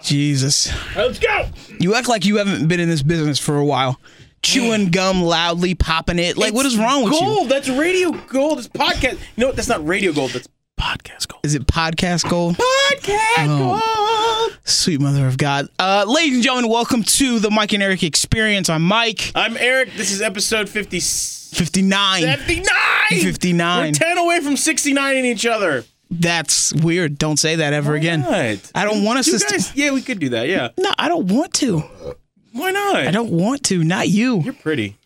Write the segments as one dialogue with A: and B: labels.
A: Jesus.
B: Let's go.
A: You act like you haven't been in this business for a while. Chewing gum loudly, popping it. Like, what is wrong with you?
B: Gold. That's radio gold. It's podcast. You know what? That's not radio gold. That's podcast gold.
A: Is it podcast gold?
B: Podcast
A: Oh.
B: gold.
A: Sweet mother of God. Uh, ladies and gentlemen, welcome to the Mike and Eric Experience. I'm Mike,
B: I'm Eric. This is episode 50,
A: 59.
B: 79.
A: 59.
B: We're 10 away from 69 in each other.
A: That's weird. Don't say that ever again.
B: What?
A: I don't want us
B: You
A: to st-
B: guys- yeah, we could do that. Yeah.
A: No, I don't want to.
B: Why not?
A: I don't want to. Not you.
B: You're pretty.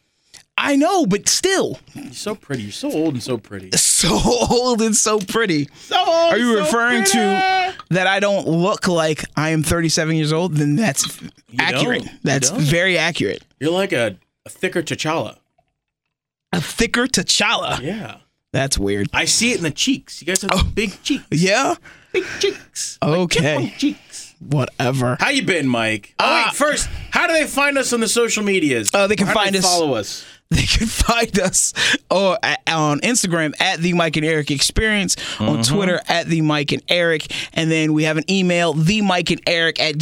A: I know, but still.
B: You're so pretty. You're so old and so pretty.
A: So old and so pretty.
B: So old.
A: Are you
B: so
A: referring
B: pretty.
A: to that I don't look like I am 37 years old? Then that's accurate.
B: don't. You
A: That's
B: don't.
A: very accurate.
B: You're like a, a thicker T'Challa.
A: A thicker T'Challa.
B: Yeah.
A: That's weird.
B: I see it in the cheeks. You guys
A: Oh.
B: have big cheeks.
A: Yeah.
B: Big cheeks.
A: Okay.
B: Big cheeks.
A: Whatever.
B: How you been, Mike? Oh,
A: Ah.
B: wait, first, how do they find us on the social medias?
A: Uh, they can
B: How do
A: find us-
B: Follow us.
A: They can find us or at, on Instagram at the Mike and Eric Experience, on
B: Mm-hmm.
A: Twitter at the Mike and Eric, and then we have an email, the Mike and Eric at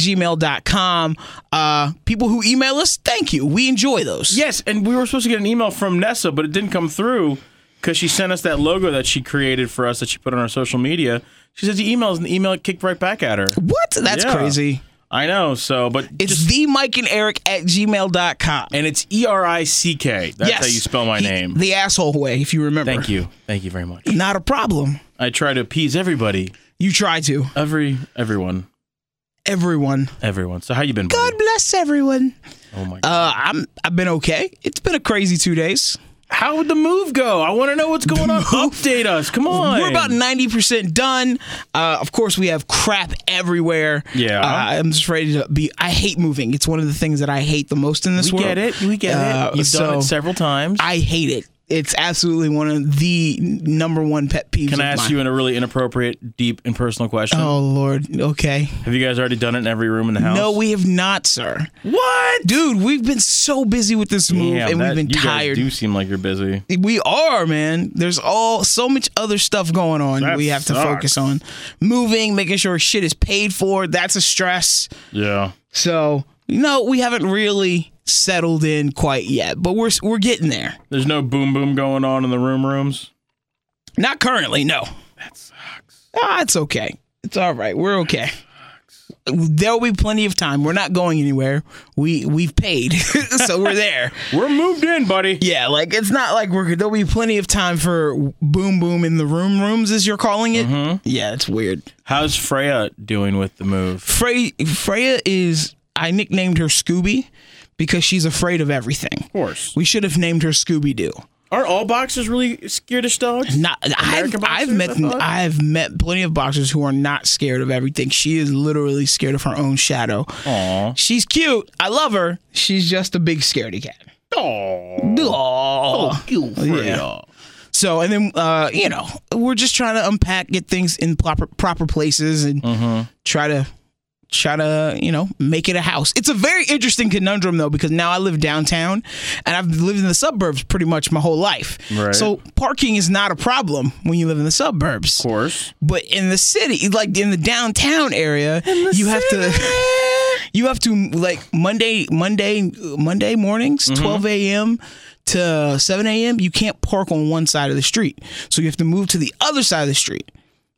A: gmail.com. Uh, people who email us, thank you. We enjoy those.
B: Yes, and we were supposed to get an email from Nessa, but it didn't come through because she sent us that logo that she created for us that she put on our social media. She says the emails, and the email kicked right back at her.
A: What? That's
B: Yeah.
A: crazy.
B: I know. So, but
A: It's the Mike and Eric at gmail.com.
B: and it's E R I C K. That's
A: yes.
B: how you spell my
A: He-
B: name.
A: The asshole way, if you remember.
B: Thank you. Thank you very much.
A: Not a problem.
B: I try to appease everybody,
A: You try to.
B: every everyone,
A: Everyone.
B: everyone. So how you been?
A: God
B: buddy?
A: bless everyone.
B: Oh my god.
A: Uh, I'm I've been okay. It's been a crazy two days.
B: How would the move go? I want to know what's going on. Update us. Come on.
A: We're about ninety percent done. Uh, of course, we have crap everywhere.
B: Yeah.
A: uh, I'm just ready to be. I hate moving. It's one of the things that I hate the most in this
B: We
A: world.
B: get it. We get
A: Uh,
B: it. You've done
A: so
B: it several times.
A: I hate it. It's absolutely one of the number one pet peeves.
B: Can
A: of
B: I ask
A: mine.
B: you in a really inappropriate, deep, and personal question?
A: Oh Lord. Okay.
B: Have you guys already done it in every room in the house?
A: No, we have not, sir.
B: What?
A: Dude, we've been so busy with this move,
B: Damn,
A: and
B: that-
A: we've been
B: you
A: tired.
B: Guys do seem like you're busy.
A: we are man there's all so much other stuff going on
B: That
A: we have to
B: sucks.
A: focus on moving making sure shit is paid for that's a stress
B: Yeah.
A: so no we haven't really settled in quite yet but we're we're getting there
B: There's no boom boom going on in the room rooms.
A: not currently no that sucks ah it's okay it's all right we're okay There'll be plenty of time. We're not going anywhere. We we've paid, so we're there.
B: We're moved in, buddy.
A: Yeah, like it's not like we're there'll be plenty of time for boom boom in the room rooms as you're calling it.
B: Mm-hmm.
A: Yeah, it's weird.
B: How's Freya doing with the move?
A: Frey, Freya is I nicknamed her Scooby because she's afraid of everything.
B: Of course.
A: We should have named her Scooby Doo.
B: Are all boxers really scared dogs?
A: Not I've,
B: American
A: I've
B: boxers,
A: met
B: I thought?
A: I've met plenty of boxers who are not scared of everything. She is literally scared of her own shadow.
B: Aw.
A: She's cute. I love her. She's just a big scaredy cat.
B: Aw.
A: Aw.
B: You Freya.
A: Yeah. So and then uh, you know we're just trying to unpack, get things in proper proper places, and
B: Mm-hmm.
A: try to try to you know make it a house. It's a very interesting conundrum though because now I live downtown, and I've lived in the suburbs pretty much my whole life.
B: Right.
A: So parking is not a problem when you live in the suburbs,
B: Of course.
A: but in the city, like in the downtown area, you have to. You have to like Monday, Monday, Monday mornings,
B: Mm-hmm.
A: twelve a.m. to seven a.m. You can't park on one side of the street, so you have to move to the other side of the street,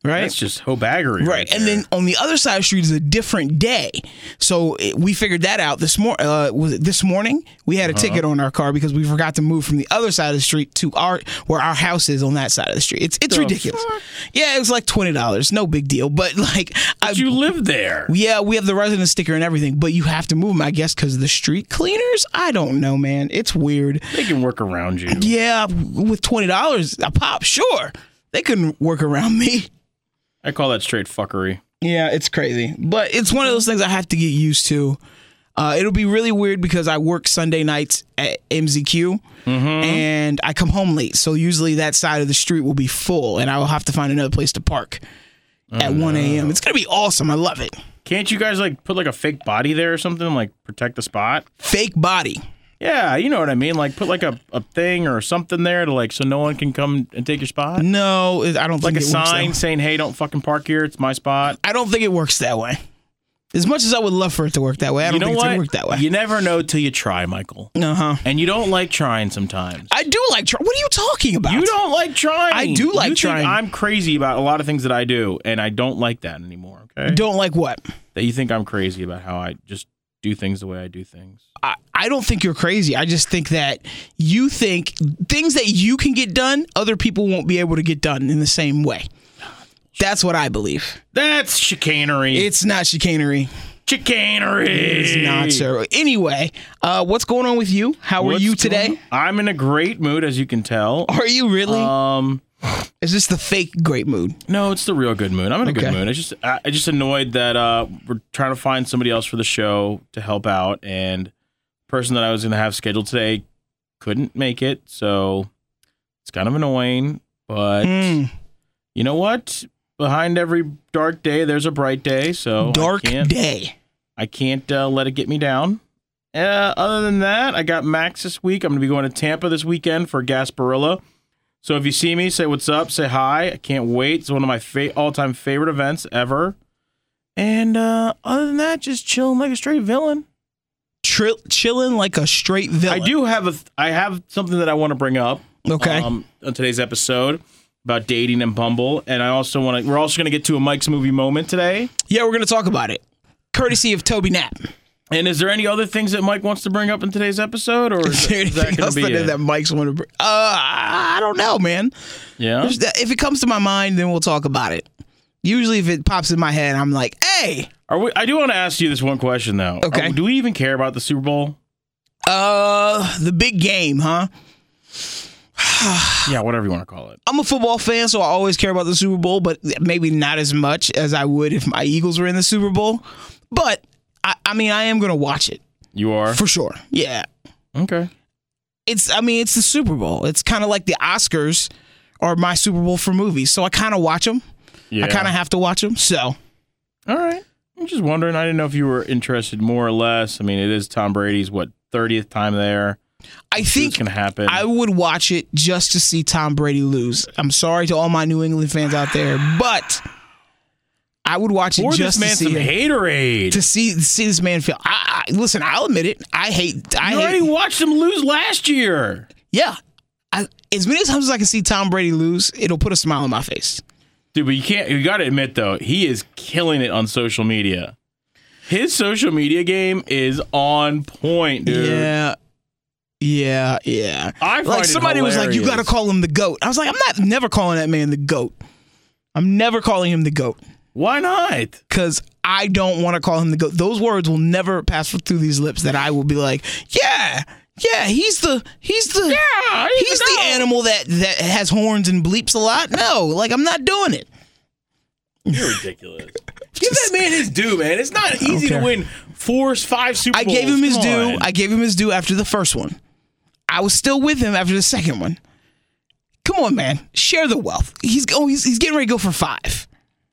A: right?
B: That's just hobaggery.
A: Right, and then on the other side of the street is a different day. So it, we figured that out this mor Uh, was it this morning? We had a ticket on our car because we forgot to move from the other side of the street to our where our house is on that side of the street. It's it's ridiculous. Yeah, it was like twenty dollars, no big deal. But like, I,
B: But you live there.
A: yeah, we have the resident sticker and everything, but you have to move them, I guess, because the street cleaners. I don't know, man. It's weird.
B: They can work around you.
A: Yeah, with twenty dollars a pop, sure, they couldn't work around me.
B: I call that straight fuckery.
A: Yeah, it's crazy. But it's one of those things I have to get used to. Uh, it'll be really weird because I work Sunday nights at MZQ
B: Mm-hmm.
A: and I come home late. So usually that side of the street will be full and I will have to find another place to park at
B: Oh,
A: 1 a.m. It's going to be awesome. I love it.
B: Can't you guys like put like a fake body there or something? Like protect the spot?
A: Fake body.
B: Yeah, you know what I mean. Like put like a, a thing or something there to like so no one can come and take your spot.
A: No, it- I don't
B: Like
A: think
B: a
A: it works that
B: sign
A: way.
B: saying, "Hey, don't fucking park here. It's my spot."
A: I don't think it works that way. As much as I would love for it to work that way, I don't
B: you know
A: think
B: what?
A: it's going to work that way.
B: You never know till you try, Michael.
A: uh huh.
B: And you don't like trying sometimes.
A: I do like. Tr- what are you talking about?
B: You don't like trying.
A: I do like
B: You think
A: trying.
B: I'm crazy about a lot of things that I do, and I don't like that anymore. Okay,
A: don't like what?
B: that you think I'm crazy about how I just do things the way I do things.
A: I, I don't think you're crazy. I just think that you think things that you can get done, other people won't be able to get done in the same way. That's what I believe.
B: That's chicanery.
A: It's not chicanery.
B: chicanery.
A: It's not, sir. Anyway, uh, what's going on with you? How are
B: What's
A: you
B: going
A: today?
B: on? I'm in a great mood, as you can tell.
A: Are you really?
B: Um,
A: Is this the fake great mood?
B: no, it's the real good mood. I'm in a good
A: Okay.
B: mood. I just, I, I just annoyed that uh, we're trying to find somebody else for the show to help out, and the person that I was going to have scheduled today couldn't make it, so it's kind of annoying. But
A: Mm,
B: you know what? Behind every dark day, there's a bright day. So Oh, I
A: dark
B: can't-
A: day.
B: I can't uh, let it get me down. Uh, other than that, I got Max this week. I'm going to be going to Tampa this weekend for Gasparilla. So if you see me, say what's up, say hi. I can't wait. It's one of my fa- all-time favorite events ever. And uh, other than that, just chilling like a straight villain.
A: Tri- chilling like a straight villain.
B: I do have a th- I have something that I want to bring up.
A: Okay.
B: Um, on today's episode about dating and Bumble, and I also want to. We're also going to get to a Mike's movie moment today.
A: Yeah, we're gonna talk about it. Courtesy of Toby Knapp.
B: And is there any other things that Mike wants to bring up in today's episode, or is,
A: Is there
B: is that
A: anything
B: going
A: else
B: to be
A: that,
B: it?
A: that Mike's want to bring? Uh, I don't know, man.
B: Yeah.
A: Just that- If it comes to my mind, then we'll talk about it. Usually, if it pops in my head, I'm like, "Hey,
B: Are we, I do want to ask you this one question though.
A: Okay.
B: Are- do we even care about the Super Bowl?
A: uh, the big game, huh?"
B: Yeah, whatever you want to call it.
A: I'm a football fan, so I always care about the Super Bowl, but maybe not as much as I would if my Eagles were in the Super Bowl. But I, I mean, I am gonna watch it
B: You are
A: for sure. Yeah,
B: okay.
A: it's. I mean, it's the Super Bowl. It's kind of like the Oscars or my Super Bowl for movies. So I kind of watch them.
B: Yeah.
A: I kind of have to watch them. So.
B: All right. I'm just wondering. I didn't know if you were interested more or less. I mean, it is Tom Brady's what thirtieth time there.
A: I
B: See
A: think
B: what's gonna happen.
A: I would watch it just to see Tom Brady lose. I'm sorry to all my New England fans out there, but I would watch it
B: Pour
A: just
B: this man
A: to see
B: some
A: him-
B: haterade.
A: to see to see this man feel. I, I listen. I'll admit it. I hate. I
B: you
A: hate,
B: already watched him lose last year.
A: yeah. I, as many times as I can see Tom Brady lose, it'll put a smile on my face.
B: Dude, but you can't. You got to admit though, he is killing it on social media. His social media game is on point, dude.
A: Yeah. Yeah, yeah.
B: I find
A: like
B: it
A: somebody was like, "You got to
B: hilarious.
A: call him the goat." I was like, "I'm not never calling that man the goat. I'm never calling him the goat."
B: Why not?
A: because I don't want to call him the goat. Those words will never pass through these lips that I will be like, yeah, yeah, he's the he's the
B: Yeah, he's
A: he's,
B: the
A: the
B: goat."
A: animal that that has horns and bleeps a lot. No, like I'm not doing it.
B: You're ridiculous. Give that man his due, man. It's not easy to
A: care.
B: win four, five Super
A: I
B: Bowls.
A: gave him his
B: Come
A: due.
B: on.
A: I gave him his due after the first one. I was still with him after the second one. Come on, man, share the wealth. He's oh, he's he's getting ready to go for five.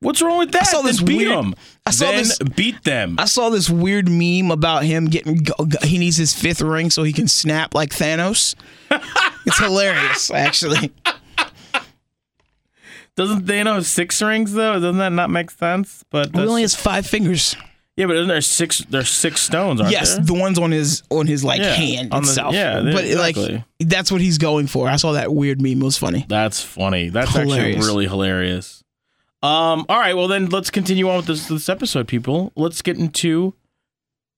B: What's wrong with that?
A: saw
B: Then
A: this
B: beat
A: weird-
B: them.
A: I saw
B: Then
A: this-
B: Beat them.
A: I saw this weird meme about him getting. go- go- He needs his fifth ring so he can snap like Thanos. it's hilarious, actually.
B: Doesn't they know six rings though? Doesn't that not make sense? But
A: He
B: that's-
A: only has five fingers.
B: yeah, but isn't there six? There's six stones, aren't
A: yes,
B: there?
A: the ones on his on his like
B: Yeah,
A: hand
B: on the-
A: itself.
B: yeah,
A: but
B: exactly.
A: like that's what he's going for. I saw that weird meme. It was funny.
B: That's funny. That's
A: Hilarious.
B: actually really hilarious. Um. All right. Well, then let's continue on with this this episode, people. Let's get into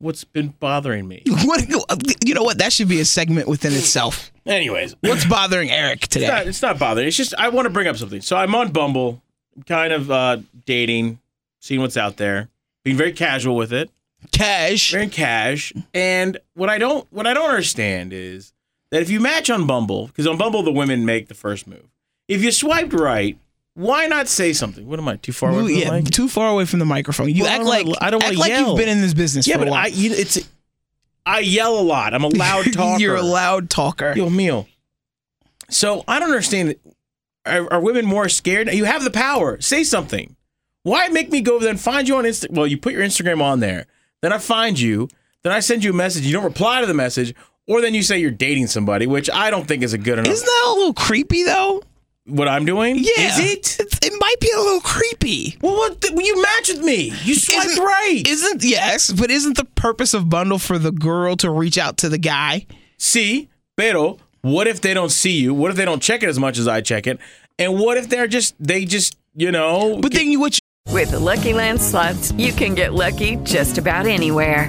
B: what's been bothering me.
A: What you know? What that should be a segment within itself.
B: Anyways,
A: What's bothering Eric today?
B: It's not, it's not bothering. It's just I want to bring up something. So I'm on Bumble, kind of uh, dating, seeing what's out there, being very casual with it,
A: Cash.
B: very cash. And what I don't what I don't understand is that if you match on Bumble, because on Bumble the women make the first move. If you swiped right, Why not say something? What am I too far away?
A: Ooh,
B: From the
A: yeah,
B: mic?
A: too far away from the microphone. You
B: Well,
A: act
B: I
A: like
B: don't wanna- I don't
A: act
B: wanna
A: like
B: yell.
A: you've been in this business
B: yeah,
A: for
B: but
A: a
B: I
A: while.
B: you, it's I yell a lot. I'm a loud talker.
A: You're a loud talker.
B: Yo, meal. So I don't understand. it. Are, are women more scared? You have the power. Say something. Why make me go over there and find you on Insta? Well, you put your Instagram on there. Then I find you. Then I send you a message. You don't reply to the message, or then you say you're dating somebody, which I don't think is a good enough.
A: Isn't that a little creepy though?
B: what I'm doing?
A: Yeah,
B: Is it?
A: It's, it might be a little creepy.
B: Well, what the, well, you match with me. You swiped
A: Isn't-
B: right.
A: Isn't yes, but isn't the purpose of bundle for the girl to reach out to the guy?
B: see, pero what if they don't see you? What if they don't check it as much as I check it? And what if they're just they just you know?
A: But then you what?
C: With the Lucky Land slots, you can get lucky just about anywhere.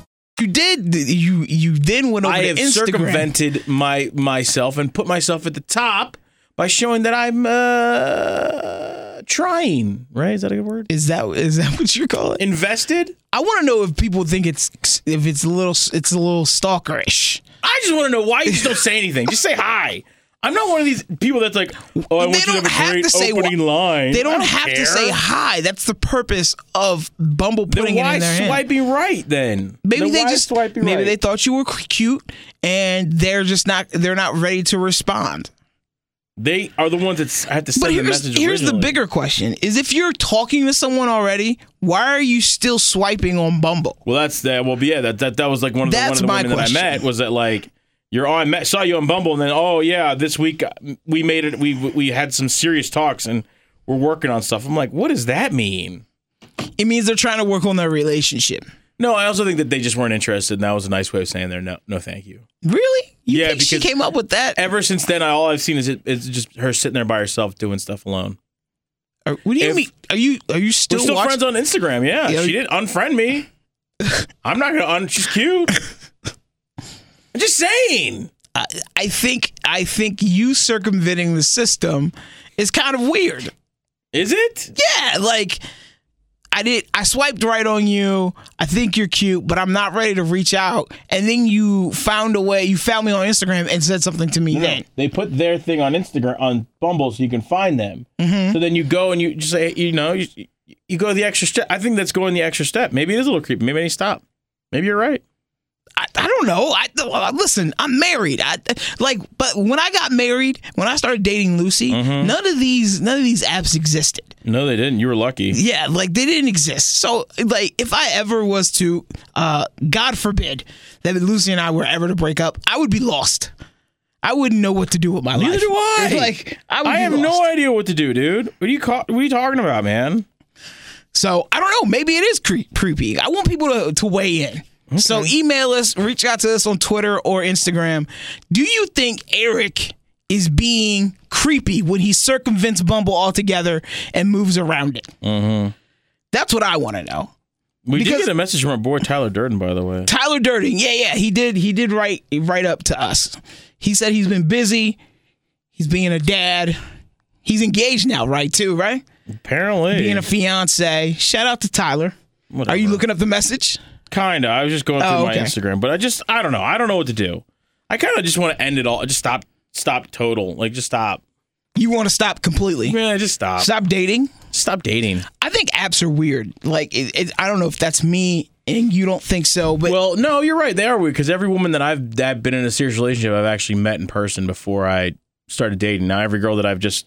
A: you did you you then went over
B: I
A: to
B: have
A: Instagram.
B: circumvented my myself and put myself at the top by showing that I'm uh, trying. Right? Is that a good word?
A: Is that is that what you call it?
B: Invested.
A: I want to know if people think it's if it's a little it's a little stalkerish.
B: I just want to know why you just don't say anything. Just say hi. I'm not one of these people that's like, oh, I want you to have a great opening
A: wha-
B: line.
A: They
B: I
A: don't, have
B: care.
A: to say hi. That's the purpose of Bumble
B: Then
A: putting it
B: why
A: in their hand.
B: swiping right then?
A: Maybe
B: Then
A: they
B: why
A: just
B: swiping
A: maybe
B: right?
A: they thought you were c- cute and they're just not they're not ready to respond.
B: They are the ones that s- have to send
A: But
B: the
A: here's
B: message.
A: here's the
B: originally.
A: bigger question: is if you're talking to someone already, why are you still swiping on Bumble?
B: Well, that's that. Well, yeah, that that, that was like one of the one of
A: That's
B: the
A: my
B: women
A: question.
B: that I met was that like you're on met saw you on Bumble and then oh yeah this week uh, we made it we we had some serious talks and we're working on stuff. I'm like, what does that mean?
A: It means they're trying to work on their relationship.
B: No, I also think that they just weren't interested. and That was a nice way of saying they're no no thank you.
A: Really? You
B: Yeah,
A: think she
B: because-
A: came up with that?
B: Ever since then, I, all I've seen is it, it's just her sitting there by herself doing stuff alone.
A: Or- What do you
B: if-
A: mean? Are you are you still,
B: We're still
A: watching?
B: friends on Instagram. Yeah,
A: Yeah.
B: she didn't unfriend me. I'm not gonna un. She's cute. I'm just saying.
A: I, I think I think you circumventing the system is kind of weird.
B: Is it?
A: Yeah, like I did I swiped right on you. I think you're cute, but I'm not ready to reach out. And then you found a way, you found me on Instagram and said something to me
B: No,
A: then.
B: They put their thing on Instagram on Bumble so you can find them. So then you go and you just say, you know, you, you go the extra step. I think that's going the extra step. Maybe it is a little creepy. Maybe I need to stop. Maybe you're right.
A: I, I don't know. I uh, listen. I'm married. I like, but when I got married, when I started dating Lucy, none of these none of these apps existed.
B: No, they didn't. You were lucky.
A: Yeah, like they didn't exist. So, like, if I ever was to, uh, God forbid, that Lucy and I were ever to break up, I would be lost. I wouldn't know what to do with my
B: Neither
A: life.
B: do I.
A: Like, I, would
B: I
A: be
B: have
A: lost.
B: no idea what to do, dude. What are you ca- What are you talking about, man?
A: So I don't know. Maybe it is cre- creepy. I want people to, to weigh in. So email us, reach out to us on Twitter or Instagram. Do you think Eric is being creepy when he circumvents Bumble altogether and moves around it? Mm-hmm. That's what I want to know.
B: We
A: Because-
B: did get a message from our boy Tyler Durden, by the way.
A: Tyler Durden, yeah, yeah, he did. He did write write up to us. He said he's been busy. He's being a dad. He's engaged now, right? Too right.
B: Apparently,
A: Being a fiance. Shout out to Tyler. Are you
B: Whatever.
A: looking up the message?
B: Kinda. I was just going through
A: Oh,
B: my
A: okay.
B: Instagram, but I just I don't know. I don't know what to do. I kind of just want to end it all. Just stop. Stop. Total. Like just stop.
A: You want to stop completely?
B: Yeah, just stop.
A: Stop dating?
B: Stop dating.
A: I think apps are weird. Like, it, it, I don't know if that's me and you don't think so, but
B: Well, no, you're right. They are weird because every woman that I've that I've been in a serious relationship, I've actually met in person before I started dating. Now every girl that I've just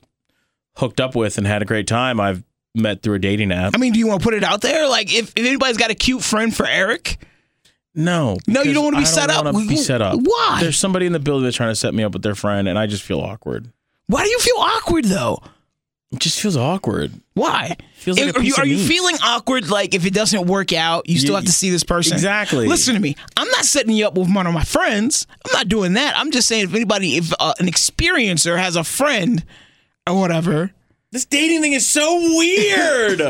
B: hooked up with and had a great time, I've met through a dating app.
A: I mean, do you want to put it out there? Like, if, if anybody's got a cute friend for Eric, No,
B: No,
A: you
B: because
A: don't wanna be
B: I
A: set up.
B: wanna
A: We-
B: Be set up.
A: why?
B: There's somebody in the building that's trying to set me up with their friend, and I just feel awkward.
A: why do you feel awkward though?
B: It just feels awkward.
A: Why?
B: Feels like
A: If-
B: a
A: are you,
B: piece of
A: are you
B: meat.
A: feeling awkward? Like, if it doesn't work out, you still
B: Yeah,
A: have to see this person.
B: exactly.
A: Listen to me. I'm not setting you up with one of my friends. I'm not doing that. I'm just saying if anybody, if uh, an experiencer has a friend or whatever,
B: This dating thing is so weird.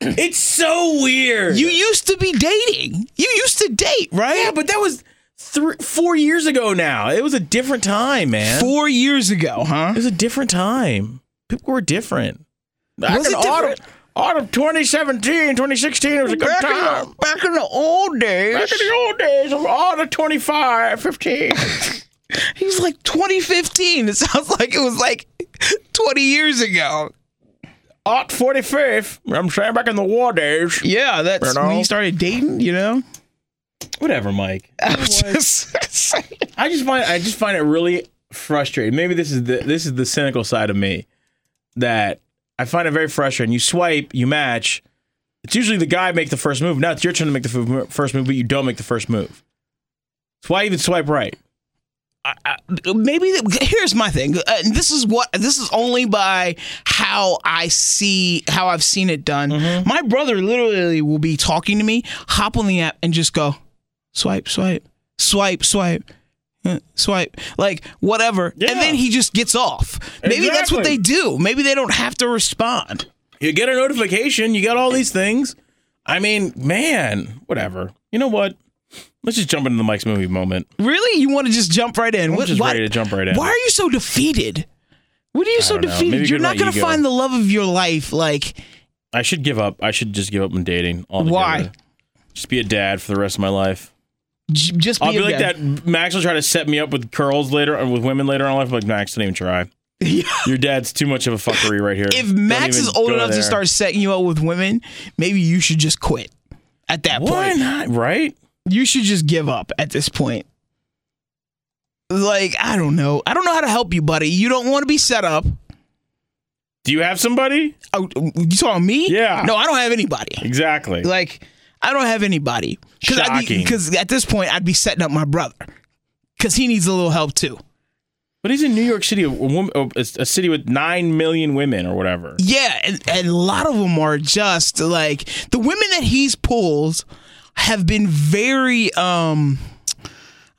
B: It's so weird.
A: You used to be dating. You used to date, right?
B: yeah, but that was three, four years ago now. It was a different time, man.
A: four years ago, huh?
B: It was a different time. People were different. Back
A: Was
B: in
A: it different?
B: Autumn, autumn 2017, 2016, it was a good
A: Back in,
B: time.
A: the, back in the old days.
B: Back in the old days of autumn 25, 15.
A: He's like 2015. It sounds like it was like 20 years ago.
B: Aught 45th. I'm saying back in the war days.
A: Yeah, that's
B: You know?
A: when you started dating, you know?
B: Whatever, Mike.
A: I'm just saying.
B: I just find I just find it really frustrating. Maybe this is the this is the cynical side of me that I find it very frustrating. You swipe, you match. It's usually the guy make the first move. Now it's your turn to make the f- first move, but you don't make the first move. So why even swipe right?
A: Uh, maybe th- here's my thing. Uh, and this is what this is only by how I see how I've seen it done.
B: Mm-hmm.
A: My brother literally will be talking to me, hop on the app, and just go swipe, swipe, swipe, swipe. uh, Swipe like whatever, and then he just gets off. Maybe that's what they
B: Exactly.
A: do. Maybe they don't have to respond.
B: You get a notification. You got all these things. I mean, man, whatever. You know what? Let's just jump into the Mike's movie moment.
A: Really, you want to just jump right in?
B: I'm just ready to jump right in.
A: Why are you so defeated? What are you so
B: don't know. Maybe
A: defeated? You're
B: good
A: not
B: my
A: going to
B: ego.
A: find the love of your life. Like
B: I should give up. I should just give up on dating altogether.
A: Why?
B: Just be a dad for the rest of my life.
A: j- just be
B: I'll be
A: a
B: like
A: dad.
B: that. Max will try to set me up with curls later and with women later on life. I'm like Max, don't even try. Your dad's too much of a fuckery right here.
A: if
B: Don't
A: Max
B: even
A: is old
B: go
A: enough
B: there.
A: to start setting you up with women, maybe you should just quit at that
B: why
A: point.
B: not? Right?
A: You should just give up at this point. Like, I don't know. I don't know how to help you, buddy. You don't want to be set up.
B: Do you have somebody?
A: Oh, you talking me?
B: Yeah.
A: No, I don't have anybody.
B: Exactly.
A: Like, I don't have anybody.
B: Shocking.
A: Because at this point, I'd be setting up my brother. Because he needs a little help too.
B: But he's in New York City, a, woman, a, a city with nine million women or whatever.
A: Yeah, and, and a lot of them are just like the women that he's pulled have been very um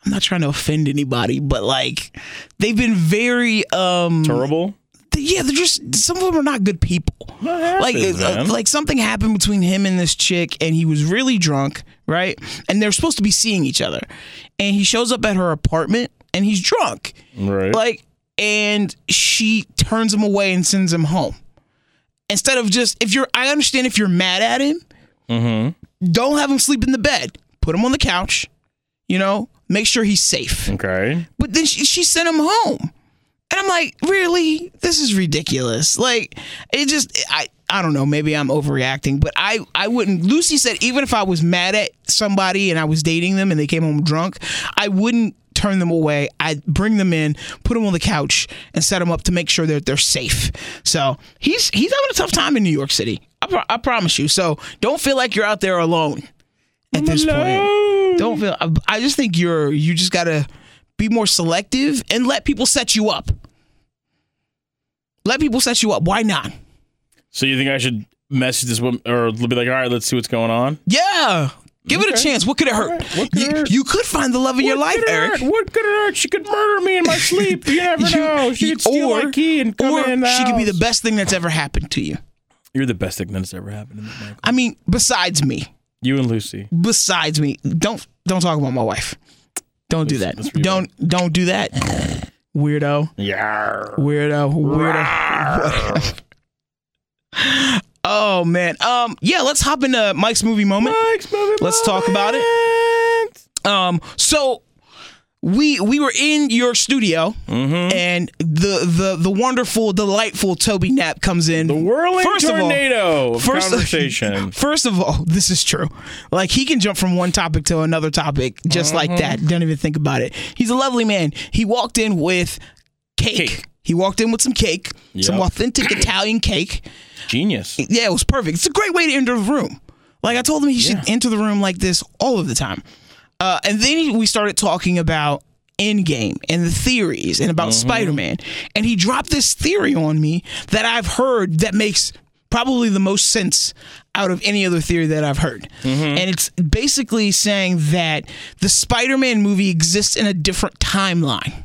A: I'm not trying to offend anybody, but like they've been very um
B: Terrible.
A: th- yeah, they're just some of them are not good people. like
B: happens,
A: uh,
B: man.
A: like something happened between him and this chick and he was really drunk, right? And they're supposed to be seeing each other. And he shows up at her apartment and he's drunk.
B: Right.
A: Like, and she turns him away and sends him home. Instead of just, if you're, I understand if you're mad at him, don't have him sleep in the bed. Put him on the couch, you know, make sure he's safe.
B: okay.
A: But then she, she sent him home. And I'm like, really? This is ridiculous. Like, it just, I, I don't know. Maybe I'm overreacting, but I, I wouldn't. Lucy said, even if I was mad at somebody and I was dating them and they came home drunk, I wouldn't turn them away. I'd bring them in, put them on the couch, and set them up to make sure that they're safe. So he's he's having a tough time in New York City. I, pro- I promise you. So don't feel like you're out there alone at this point. Don't feel. I, I just think you're you just gotta be more selective and let people set you up. Let people set you up. Why not?
B: So you think I should message this woman or be like, all right, let's see what's going on?
A: Yeah. Give it a chance. What could it hurt?
B: What could
A: you,
B: it hurt?
A: you could find the love of your
B: What
A: life,
B: could it
A: Eric.
B: hurt? What could it hurt? She could murder me in my sleep. You never know. She could steal my key and come
A: or
B: in. The
A: she could be the
B: house.
A: best thing that's ever happened to you.
B: You're the best thing that's ever happened to me, Michael.
A: I mean, besides me,
B: You and Lucy.
A: besides me, don't don't talk about my wife. Don't do that.
B: That's- that's pretty
A: Don't don't do that. Weirdo.
B: Yeah.
A: Weirdo. Weirdo. Whatever. oh man. Um. Yeah. Let's hop into Mike's movie moment.
B: Mike's movie.
A: Let's talk about it. Um. So we we were in your studio,
B: Mm-hmm.
A: and the the the wonderful, delightful Toby Knapp comes in. The
B: Whirling tornado of
A: first-
B: conversation.
A: First of all, this is true. Like he can jump from one topic to another topic just
B: Mm-hmm.
A: like that. Don't even think about it. He's a lovely man. He walked in with cake.
B: Cake.
A: He walked in with some cake, some
B: Yep.
A: authentic Italian cake.
B: Genius.
A: Yeah, it was perfect. It's a great way to enter the room. Like I told him, he should enter the room like this all of the time. Uh, and then he- we started talking about Endgame and the theories and about Spider Man. And he dropped this theory on me that I've heard that makes probably the most sense out of any other theory that I've heard. And it's basically saying that the Spider Man movie exists in a different timeline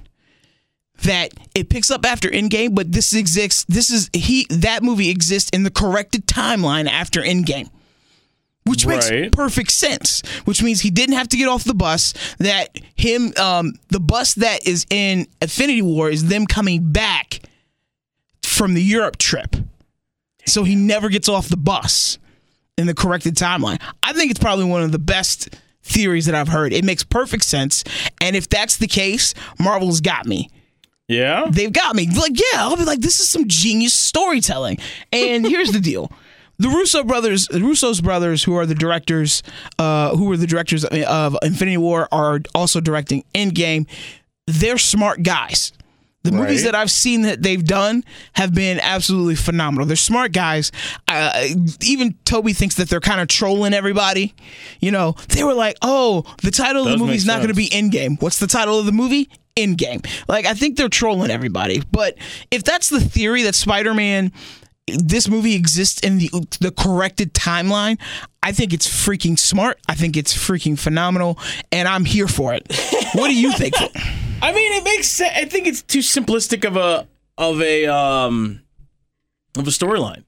A: that it picks up after Endgame, but this exists. This is he that movie exists in the corrected timeline after Endgame. Which makes
B: Right.
A: perfect sense. Which means he didn't have to get off the bus. That him, um, the bus that is in Infinity War is them coming back from the Europe trip. So he never gets off the bus in the corrected timeline. I think it's probably one of the best theories that I've heard. It makes perfect sense. And if that's the case, Marvel's got me.
B: Yeah.
A: They've got me. Like, yeah, I'll be like, this is some genius storytelling. And here's the deal. The Russo brothers, the Russo's brothers, who are the directors, uh, who were the directors of Infinity War, are also directing Endgame. They're smart guys. The movies
B: Right.
A: that I've seen that they've done have been absolutely phenomenal. They're smart guys. Uh, even Toby thinks that they're kind of trolling everybody. You know, they were like, "Oh, the title of
B: Does
A: the movie's
B: make
A: not going to be
B: sense.
A: Endgame. What's the title of the movie? Endgame." Like, I think they're trolling everybody. But if that's the theory that Spider-Man, this movie exists in the the corrected timeline, I think it's freaking smart. I think it's freaking phenomenal, and I'm here for it. what do you think?
B: I mean, it makes sense. I think it's too simplistic of a of a um of a storyline.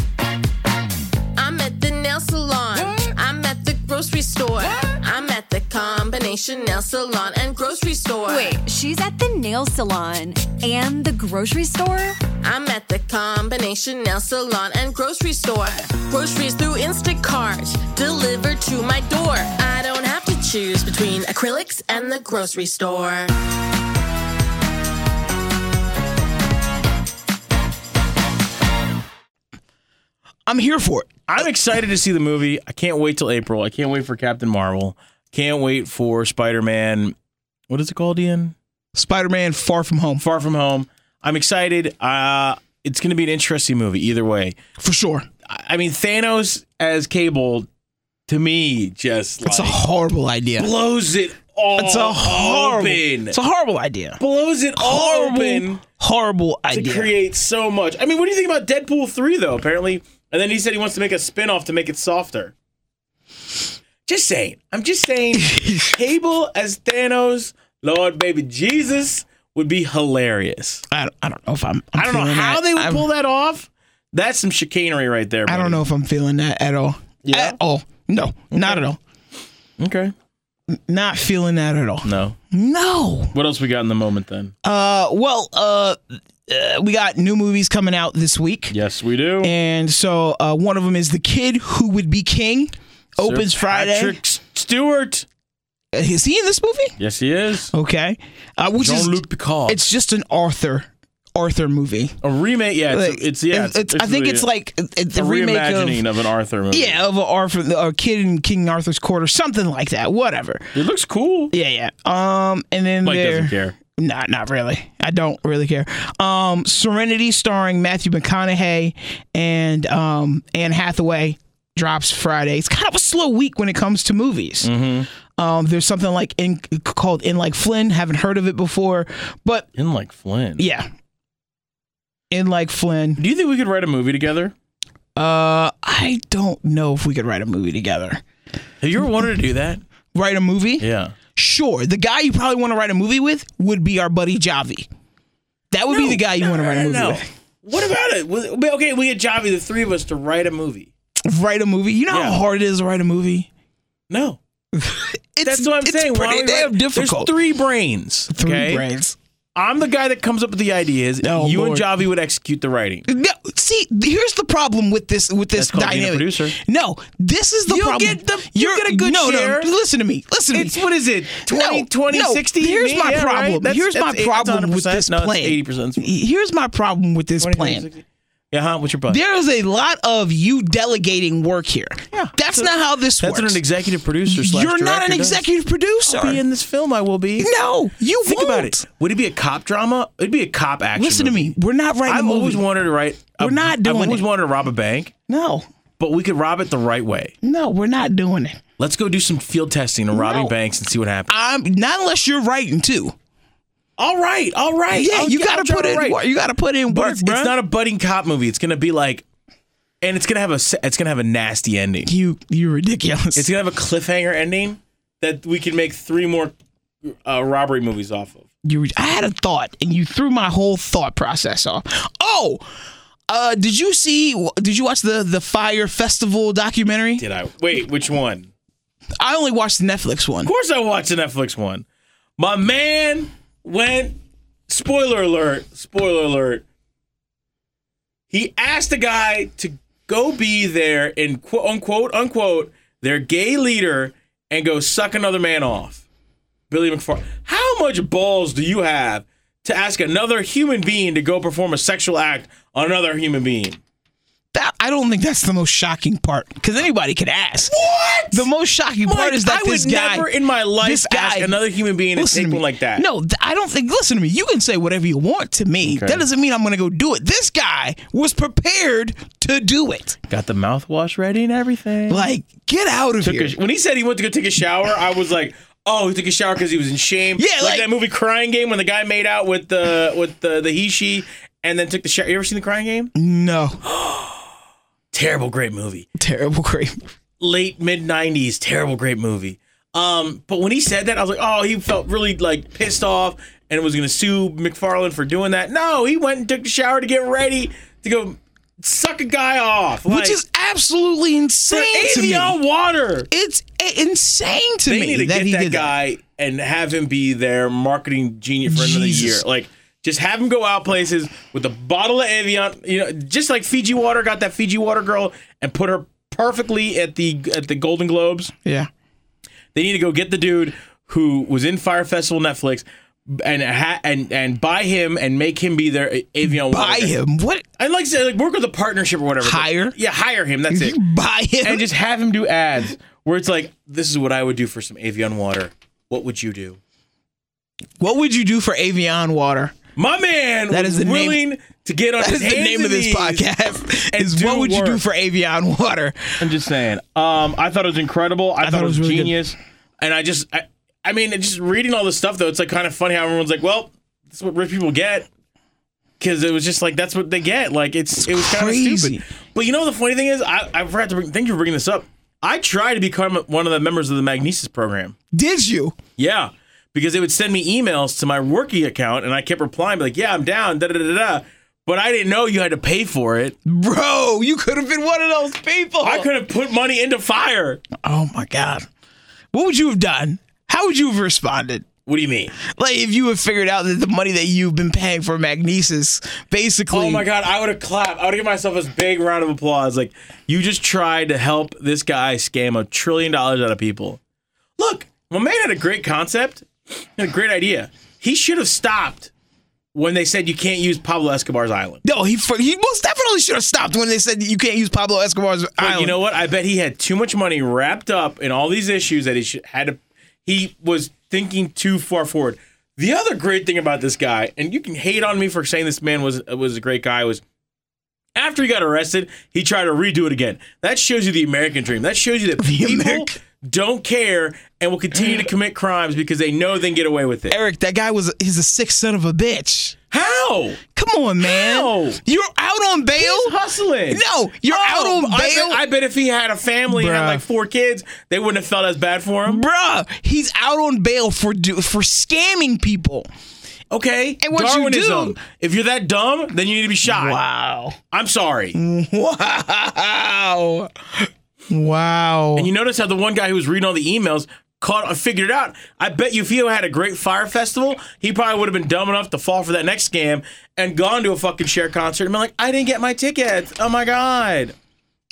D: I'm at the nail salon. I'm at the grocery store. I'm at the combination nail salon and grocery store. Wait, she's at the nail salon and the grocery store? I'm at the combination nail salon and grocery store. Groceries through Instacart delivered to my door. I don't have to choose between acrylics and the grocery store.
A: I'm here for it.
B: I'm excited to see the movie. I can't wait till April. I can't wait for Captain Marvel. Can't wait for Spider Man. What is it called, Ian?
A: Spider-Man: Far From Home
B: Far From Home. I'm excited. Uh, it's going to be an interesting movie either way.
A: for sure.
B: I I mean, Thanos as Cable to me just
A: It's a
B: like
A: horrible idea.
B: blows it all.
A: It's a horrible.
B: open.
A: It's a horrible idea.
B: blows it all
A: Horrible,
B: open
A: horrible
B: to
A: idea.
B: create so much. I mean, what do you think about Deadpool three though? Apparently, and then he said he wants to make a spin off to make it softer. Just saying. I'm just saying. Cable as Thanos, Lord baby Jesus would be hilarious.
A: I, don't, I don't know if I'm. I'm
B: I'm I do not know
A: feeling
B: how
A: that.
B: they would
A: I'm-
B: pull that off. That's some chicanery right there.
A: I don't know if I'm feeling that at all.
B: Yeah?
A: At all. No, not at all.
B: know. Okay.
A: Not feeling that at all.
B: No.
A: No.
B: What else we got in the moment then?
A: Uh. Well. Uh. uh we got new movies coming out this week.
B: yes, we do.
A: And so uh, one of them is The Kid Who Would Be King. Opens
B: Sir
A: Friday.
B: Patrick Stewart.
A: Uh, Is he in this movie?
B: Yes, he is.
A: Okay. Uh, which is
B: Jean-Luc Picard.
A: it's just an Arthur Arthur movie.
B: a remake. Yeah, it's,
A: Like,
B: it's yeah.
A: it's- I think it's like it's
B: a
A: a remake
B: reimagining
A: of,
B: of, an Arthur movie.
A: yeah of a, Arthur, a kid in King Arthur's court or something like that. Whatever.
B: it looks cool.
A: Yeah, yeah. Um, and then
B: Mike
A: there,
B: doesn't care.
A: Nah, not really. I don't really care. Um, Serenity, starring Matthew McConaughey and um Anne Hathaway, drops Friday. It's kind of a slow week when it comes to movies.
B: Mm-hmm.
A: Um, there's something like in called In Like Flynn. Haven't heard of it before, but
B: In like Flynn.
A: yeah. In Like Flynn.
B: Do you think we could write a movie together?
A: Uh, I don't know if we could write a movie together.
B: Have you ever wanted to do that?
A: Write a movie?
B: Yeah.
A: Sure. The guy you probably want to write a movie with would be our buddy Javi. That would be the guy you want to write a movie
B: No.
A: with.
B: What about it? Well, Okay, we get Javi, the three of us, to write a movie.
A: Write a movie. You know
B: Yeah.
A: how hard it is to write a movie?
B: No,
A: It's,
B: that's what I'm
A: it's
B: saying. Why
A: pretty
B: don't we
A: damn
B: write-
A: difficult.
B: There's three brains.
A: Three
B: okay?
A: brains.
B: I'm the guy that comes up with the ideas.
A: Oh,
B: you
A: Lord.
B: and Javi would execute the writing.
A: No, see, here's the problem with this with this
B: That's called being a
A: dynamic.
B: producer.
A: No, this is the
B: You'll
A: problem.
B: get the- you get a good
A: no,
B: share.
A: No, listen to me. Listen to
B: It's-
A: me.
B: what is it, 20,
A: no,
B: 20,
A: no,
B: 60?
A: Here's my
B: Yeah, right.
A: problem.
B: That's-
A: here's
B: that's
A: my
B: eight- that's
A: problem with
B: 100%.
A: this
B: No, it's
A: plan.
B: 80%.
A: Here's my problem with this
B: 20,
A: plan.
B: 60. Yeah, huh? What's your plan?
A: There is a lot of you delegating work here. Yeah, that's not how this
B: That's
A: works.
B: what an executive producer slash
A: You're not
B: director
A: an
B: does.
A: executive producer.
B: I'll be in this film. I will be.
A: No, you
B: Think
A: won't.
B: about it. Would it be a cop drama? It'd be a cop action.
A: Listen to
B: movie.
A: me. We're not writing.
B: I've
A: a movie.
B: always wanted to write. a-
A: We're not doing
B: I've always
A: it.
B: wanted to rob a bank,
A: No,
B: but we could rob it the right way.
A: no, we're not doing it.
B: Let's go do some field testing and robbing
A: No.
B: banks and see what happens.
A: I'm not unless you're writing too.
B: All right, all right.
A: Yeah,
B: I'll-
A: you
B: I'll
A: got to
B: try
A: put in
B: write.
A: work. You got to put in
B: But
A: work,
B: it's,
A: bruh.
B: it's not a budding cop movie. It's gonna be like, and it's gonna have a se- it's gonna have a nasty ending.
A: you you're ridiculous.
B: It's gonna have a cliffhanger ending that we can make three more uh, robbery movies off of.
A: you I had a thought and you threw my whole thought process off. Oh, uh, did you see? Did you watch the the Fire Festival documentary?
B: Did I wait? Which one?
A: I only watched the Netflix one.
B: Of course, I watched the Netflix one. My man went. Spoiler alert! Spoiler alert! He asked the guy to go be there in quote unquote unquote their gay leader and go suck another man off. Billy McFarland. How much balls do you have to ask another human being to go perform a sexual act on another human being?
A: That I don't think that's the most shocking part because anybody could ask. What? The most shocking part
B: Mike,
A: is that
B: I would
A: this guy.
B: never in my life
A: this guy,
B: ask another human being to
A: Listen
B: take
A: to
B: one
A: me.
B: like that.
A: No, th- I don't think. Listen to me. You can say whatever you want to me.
B: Okay.
A: That doesn't mean I'm going to go do it. This guy was prepared to do it.
B: Got the mouthwash ready and everything.
A: Like, get out of
B: took
A: here.
B: a, when he said he went to go take a shower, I was like, oh, he took a shower because he was in shame.
A: Yeah, like-
B: that movie Crying Game when the guy made out with the with the the he she and then took the shower. You ever seen the Crying Game?
A: no,
B: Terrible, great movie.
A: terrible creep.
B: Late mid '90s, terrible, great movie. Um, but when he said that, I was like, oh, he felt really like pissed off and was gonna sue McFarlane for doing that. No, he went and took the shower to get ready to go suck a guy off, like,
A: Which is absolutely
B: for
A: insane to me.
B: Avion Water.
A: It's i- insane to
B: they
A: me
B: need to
A: that
B: get
A: he
B: that
A: did
B: guy and have him be their marketing genius for another year.
A: Jesus.
B: Like, just have him go out places with a bottle of Evian. You know, just like Fiji Water got that Fiji Water girl and put her perfectly at the at the Golden Globes.
A: that. Yeah.
B: They need to go get the dude who was in Fire Festival Netflix and ha- and and buy him and make him be their Evian.
A: Buy
B: Water.
A: him. What?
B: I'd like to say, like work with a partnership or whatever.
A: Hire?
B: yeah, hire him. That's it
A: Buy him.
B: and just have him do ads where it's like, this is what I would do for some Avion water. What would you do?
A: what would you do for Avion Water?
B: My man
A: That
B: was
A: is the name-
B: willing to get on
A: That
B: his
A: is the
B: hands
A: name
B: and
A: of this
B: knees.
A: podcast.
B: and
A: Is
B: do
A: what would you do
B: work.
A: for Avion Water?
B: I'm just saying. Um, I thought it was incredible. I, thought, it was,
A: really good.
B: genius. And I just, I, I mean, just reading all this stuff though, it's like kind of funny how everyone's like, well, this is what rich people get. Because it was just like that's what they get. Like it's, it was kind of
A: crazy.
B: stupid. But you know the funny thing is, I, I forgot to bring. Thank you for bringing this up. I tried to become one of the members of the Magnesis program.
A: Did you?
B: Yeah, because they would send me emails to my working account, and I kept replying, be like, "Yeah, I'm down." Da da da da. da." But I didn't know you had to pay for it.
A: Bro, you could have been one of those people.
B: I could have put money into fire.
A: Oh my God. What would you have done? How would you have responded?
B: What do you mean?
A: Like if you had figured out that the money that you've been paying for Magnesis basically
B: Oh my god, I would have clapped. I would have given myself a big round of applause. Like you just tried to help this guy scam a trillion dollars out of people. Look, my man had a great concept, had a great idea. He should have stopped when they said you can't use Pablo Escobar's island.
A: No, he fr- he most definitely should have stopped when they said you can't use Pablo Escobar's
B: But
A: island.
B: you know what? I bet he had too much money wrapped up in all these issues that he should, had to. He was thinking too far forward. The other great thing about this guy, and you can hate on me for saying this man was was a great guy, was after he got arrested, he tried to redo it again. That shows you the American dream. That shows you that people
A: Ameri-
B: don't care and will continue to commit crimes because they know they can get away with it.
A: Eric, that guy was he's a sick son of a bitch.
B: How?
A: Come on, man.
B: How?
A: You're out on bail.
B: He's hustling. Oh,
A: No, you're out on
B: I
A: bail.
B: bet, I bet if he had a family and had
A: Bruh.
B: like four kids, they wouldn't have felt as bad for him.
A: Bruh, he's out on bail for do- for scamming people.
B: Okay.
A: And what you
B: Darwinism.
A: do-
B: If you're that dumb, then you need to be shot.
A: Wow.
B: I'm sorry. And
A: Wow. Wow.
B: you notice how the one guy who was reading all the emails caught on, figured it out. I bet you if he had a great fire festival, he probably would have been dumb enough to fall for that next scam and gone to a fucking share concert and been like, I didn't get my tickets. Oh my God.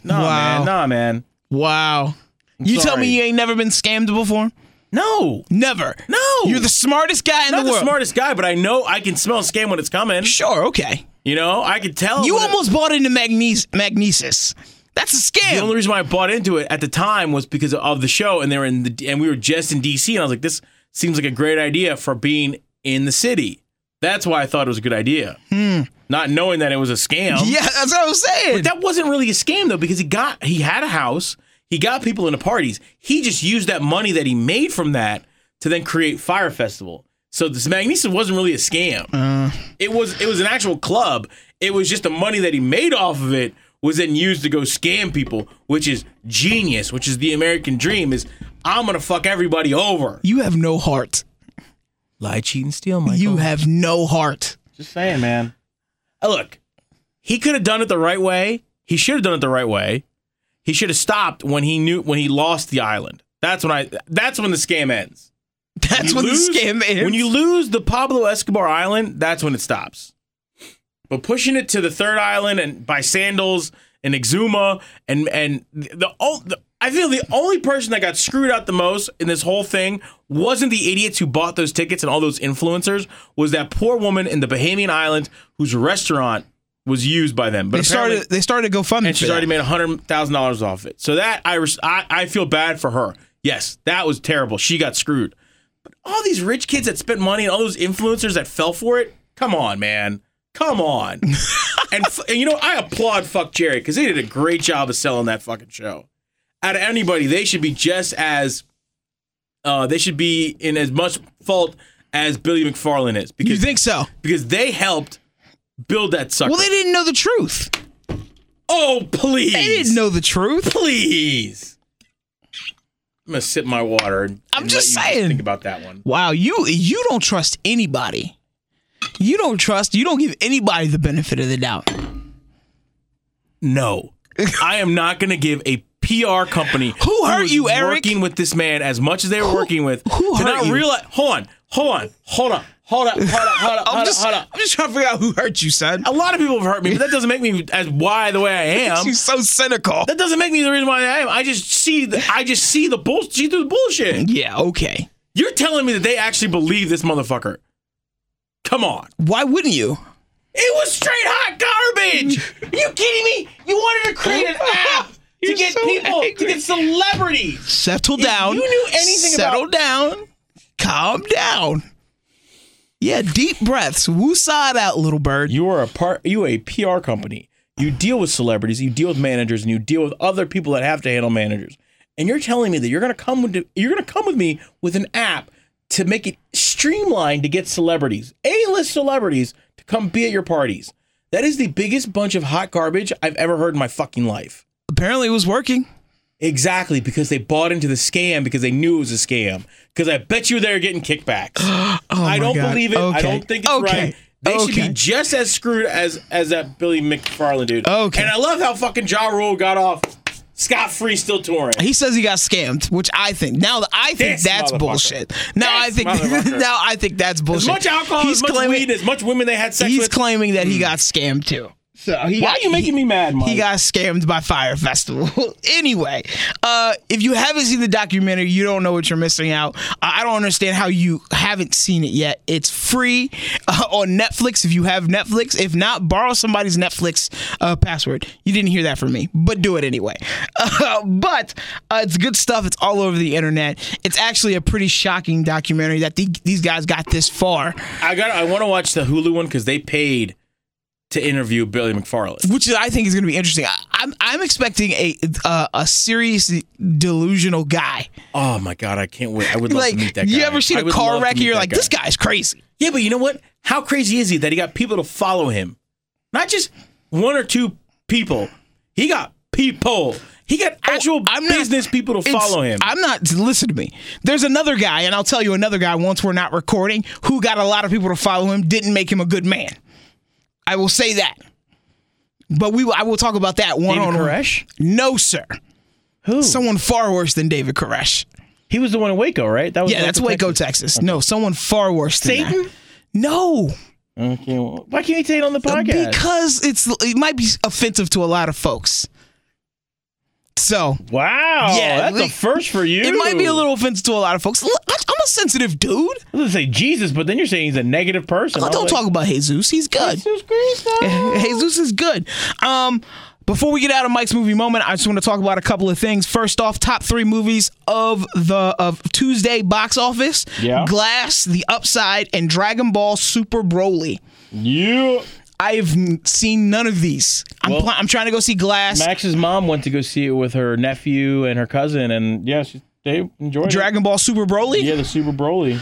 B: Nah, man. Nah, man.
A: Wow. you tell me you ain't never been scammed before?
B: No.
A: Never.
B: No.
A: You're the smartest guy in
B: Not
A: the
B: the
A: world.
B: smartest guy, but I know I can smell scam when it's coming.
A: Sure, okay.
B: You know, I could tell.
A: You
B: when it-
A: almost bought into Magnes- Magnesis. That's a scam.
B: The only reason why I bought into it at the time was because of the show, and they were in the and we were just in DC, and I was like, this seems like a great idea for being in the city. That's why I thought it was a good idea,
A: Hmm.
B: not knowing that it was a scam.
A: Yeah, that's what I was saying.
B: but that wasn't really a scam though, because he got he had a house, he got people into parties. He just used that money that he made from that to then create Fire Festival. So this Magnesis wasn't really a scam.
A: Uh,
B: It was it was an actual club. It was just the money that he made off of it was then used to go scam people, which is genius, which is the American dream is I'm gonna fuck everybody over.
A: you have no heart.
B: Lie, cheat, and steal, Michael.
A: You have no heart.
B: Just saying, man. Uh, Look, he could have done it the right way. He should have done it the right way. He should have stopped when he knew when he lost the island. That's when I that's when the scam ends.
A: That's
B: You
A: when
B: lose-
A: the scam ends.
B: When you lose the Pablo Escobar Island, that's when it stops. But pushing it to the third island and by Sandals and Exuma and and the, the, the I feel the only person that got screwed out the most in this whole thing wasn't the idiots who bought those tickets and all those influencers. Was that poor woman in the Bahamian island whose restaurant was used by them? But
A: they
B: apparently-
A: started. They started GoFundMe.
B: and
A: for
B: she's
A: that.
B: already made hundred thousand dollars off it. So that I, res- I I feel bad for her. Yes, that was terrible. She got screwed. But all these rich kids that spent money and all those influencers that fell for it. Come on, man. Come on. and, f- and you know I applaud fuck Jerry because they did a great job of selling that fucking show. Out of anybody, they should be just as uh, they should be in as much fault as Billy McFarlane is
A: You
B: because
A: think so?
B: because they helped build that sucker.
A: Well, they didn't know the truth.
B: oh please.
A: They didn't know the truth.
B: Please. I'm gonna sip my water. And
A: I'm
B: and
A: just
B: let you
A: saying.
B: Think about that one.
A: Wow, you you don't trust anybody. You don't trust. You don't give anybody the benefit of the doubt.
B: No, I am not gonna give a PR company
A: Who hurt
B: was
A: you, Eric?
B: Working with this man as much as they were working with.
A: who hurt
B: to not
A: you?
B: realize. Hold on. Hold on. Hold on. Hold up. Hold up. Hold
A: I'm
B: up. Hold up.
A: just,
B: Hold up.
A: I'm just trying to figure out who hurt you, son.
B: A lot of people have hurt me, but that doesn't make me as why the way I am.
A: She's so cynical.
B: That doesn't make me the reason why I am. I just see the I just see the bullshit. See through the bullshit.
A: Yeah. Okay.
B: You're telling me that they actually believe this motherfucker. Come on.
A: Why wouldn't you?
B: It was straight hot garbage. Are you kidding me? You wanted to create an app to
A: You're
B: get
A: so
B: people, to
A: angry.
B: get celebrities.
A: Settle down.
B: you knew anything
A: settle
B: about-
A: down. Calm down. Yeah. Deep breaths. Woo side out, little bird.
B: You are a part. You a PR company. You deal with celebrities. You deal with managers, and you deal with other people that have to handle managers. And you're telling me that you're gonna come with you're gonna come with me with an app to make it streamlined to get celebrities, A-list celebrities, to come be at your parties. That is the biggest bunch of hot garbage I've ever heard in my fucking life.
A: Apparently, it was working.
B: Exactly, because they bought into the scam because they knew it was a scam. Because I bet you they're getting kickbacks. I
A: Oh my
B: don't
A: God.
B: believe it. I
A: Okay.
B: don't think it's
A: Okay.
B: right. They should
A: Okay.
B: be just as screwed as as that Billy McFarland dude.
A: Okay.
B: And I love how fucking Ja Rule got off scot free, still touring.
A: He says he got scammed, which I think now that I think
B: This
A: that's
B: motherfucker.
A: bullshit. Now
B: This
A: I think
B: motherfucker.
A: now I think that's
B: As
A: bullshit.
B: much alcohol, as much
A: claiming,
B: weed, as much women they had sex
A: he's
B: with. Hmm.
A: claiming that he got scammed too. So he
B: Why
A: got,
B: are you making
A: he-
B: me mad, Mike?
A: He got scammed by Fire Festival. anyway, uh, if you haven't seen the documentary, you don't know what you're missing out. I I don't understand how you haven't seen it yet. It's free uh, on Netflix if you have Netflix. If not, borrow somebody's Netflix uh, password. You didn't hear that from me, but do it anyway. Uh, but uh, it's good stuff. It's all over the internet. It's actually a pretty shocking documentary that the, these guys got this far,
B: I got. I want to watch the Hulu one because they paid to interview Billy McFarland.
A: which is, I think is going to be interesting. I, I'm I'm expecting a uh, a serious delusional guy.
B: Oh my god, I can't wait! I would love
A: like
B: to meet that guy.
A: you ever seen
B: I
A: a
B: would
A: car
B: love to
A: wreck and
B: meet
A: you're
B: that
A: like
B: guy.
A: this guy's crazy
B: Yeah, but you know what? How crazy is he that he got people to follow him? Not just one or two people. He got people. He got actual
A: Oh, I'm not-
B: business people to
A: It's-
B: follow him.
A: i'm not listen to me there's another guy and i'll tell you another guy once we're not recording who got a lot of people to follow him didn't make him a good man i will say that but we will- i will talk about that one on one no sir
B: Who?
A: someone far worse than david koresh
B: He was the one in Waco, right? That was
A: yeah, that's Waco, Texas. No, someone far worse than
B: Satan?
A: that. No.
B: Okay, well, why can't you say it on the podcast?
A: Because it's it might be offensive to a lot of folks. So
B: wow,
A: yeah,
B: Oh, that's a first for you.
A: It might be a little offensive to a lot of folks. Look, I- I'm a sensitive dude.
B: I was gonna say Jesus, but then you're saying he's a negative person.
A: Oh, Don't talk about Jesus. He's good.
B: Jesus Christ.
A: Jesus is good. Um, before we get out of Mike's movie moment, I just want to talk about a couple of things. First off, top three movies of the of Tuesday box office:
B: Yeah.
A: Glass, The Upside, and Dragon Ball Super Broly.
B: You.
A: I've n- seen none of these. I'm pl- I'm trying to go see Glass.
B: Max's mom went to go see it with her nephew and her cousin, and yeah, she, they enjoyed
A: Dragon Ball Super Broly.
B: it. Yeah, the Super Broly.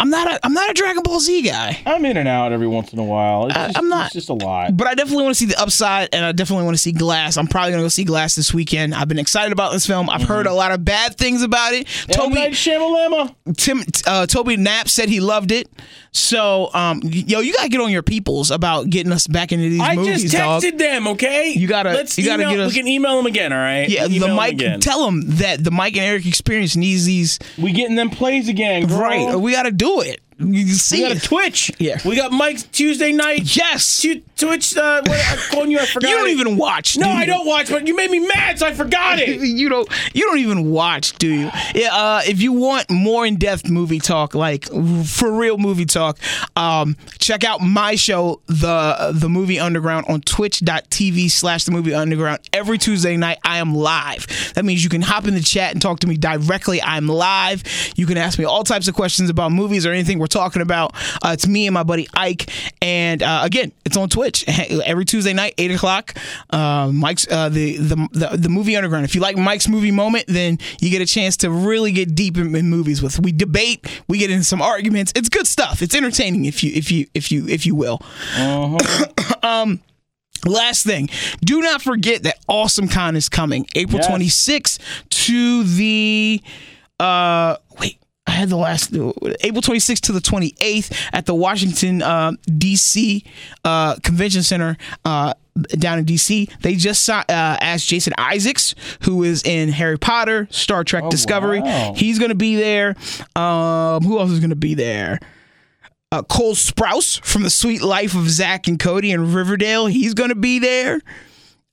A: I'm not a I'm not a Dragon Ball Z guy,
B: I'm in and out every once in a while. It's
A: I-
B: just,
A: I'm not-
B: It's just a lot.
A: but I definitely want to see The Upside, and I definitely want to see Glass. I'm probably gonna go see Glass this weekend. I've been excited about this film. I've
B: Mm-hmm.
A: heard a lot of bad things about it.
B: Toby
A: Toby
B: Night Shyamalama.
A: Tim uh, Toby Knapp said he loved it. So, um, y- yo, you gotta get on your peoples about getting us back into these
B: I
A: movies,
B: just
A: dog.
B: texted them. Okay,
A: You gotta- you gotta
B: email,
A: get us-
B: We can email them again. All right.
A: Yeah,
B: Email
A: the
B: them
A: Mike.
B: Again.
A: Tell them that the Mike and Eric experience needs these.
B: we getting them plays again. Girl.
A: Right, we gotta do it. You
B: We
A: see
B: got a
A: it.
B: Twitch.
A: Yeah.
B: We got Mike's Tuesday night.
A: yes. You
B: Tu- Twitch. Uh, what I'm calling you. I forgot.
A: don't
B: it.
A: even watch.
B: No,
A: do you?
B: I don't watch. But you made me mad, so I forgot it.
A: you don't you don't even watch, do you? Yeah, uh, if you want more in depth movie talk, like for real movie talk, um, check out my show, the the movie underground on twitch.tv slash the movie underground. Every Tuesday night I am live. That means you can hop in the chat and talk to me directly. I'm live. You can ask me all types of questions about movies or anything we're talking about. Uh, it's me and my buddy Ike. And uh, again, it's on Twitch every Tuesday night, eight o'clock. Uh, Mike's uh, the, the the the movie underground. If you like Mike's movie moment, then you get a chance to really get deep in, in movies with. We debate, we get into some arguments. It's good stuff. It's entertaining if you if you if you if you will. Um, Last thing, do not forget that AwesomeCon is coming April
B: Yes.
A: 26th to the uh wait, I had the last April 26th to the 28th at the Washington uh, DC uh, Convention Center uh down in DC, they just saw, uh, asked Jason Isaacs, who is in Harry Potter, Star Trek Discovery.
B: wow.
A: He's going to be there. Um, who else is going to be there? uh, Cole Sprouse from The Sweet Life of Zach and Cody in Riverdale. He's going to be there.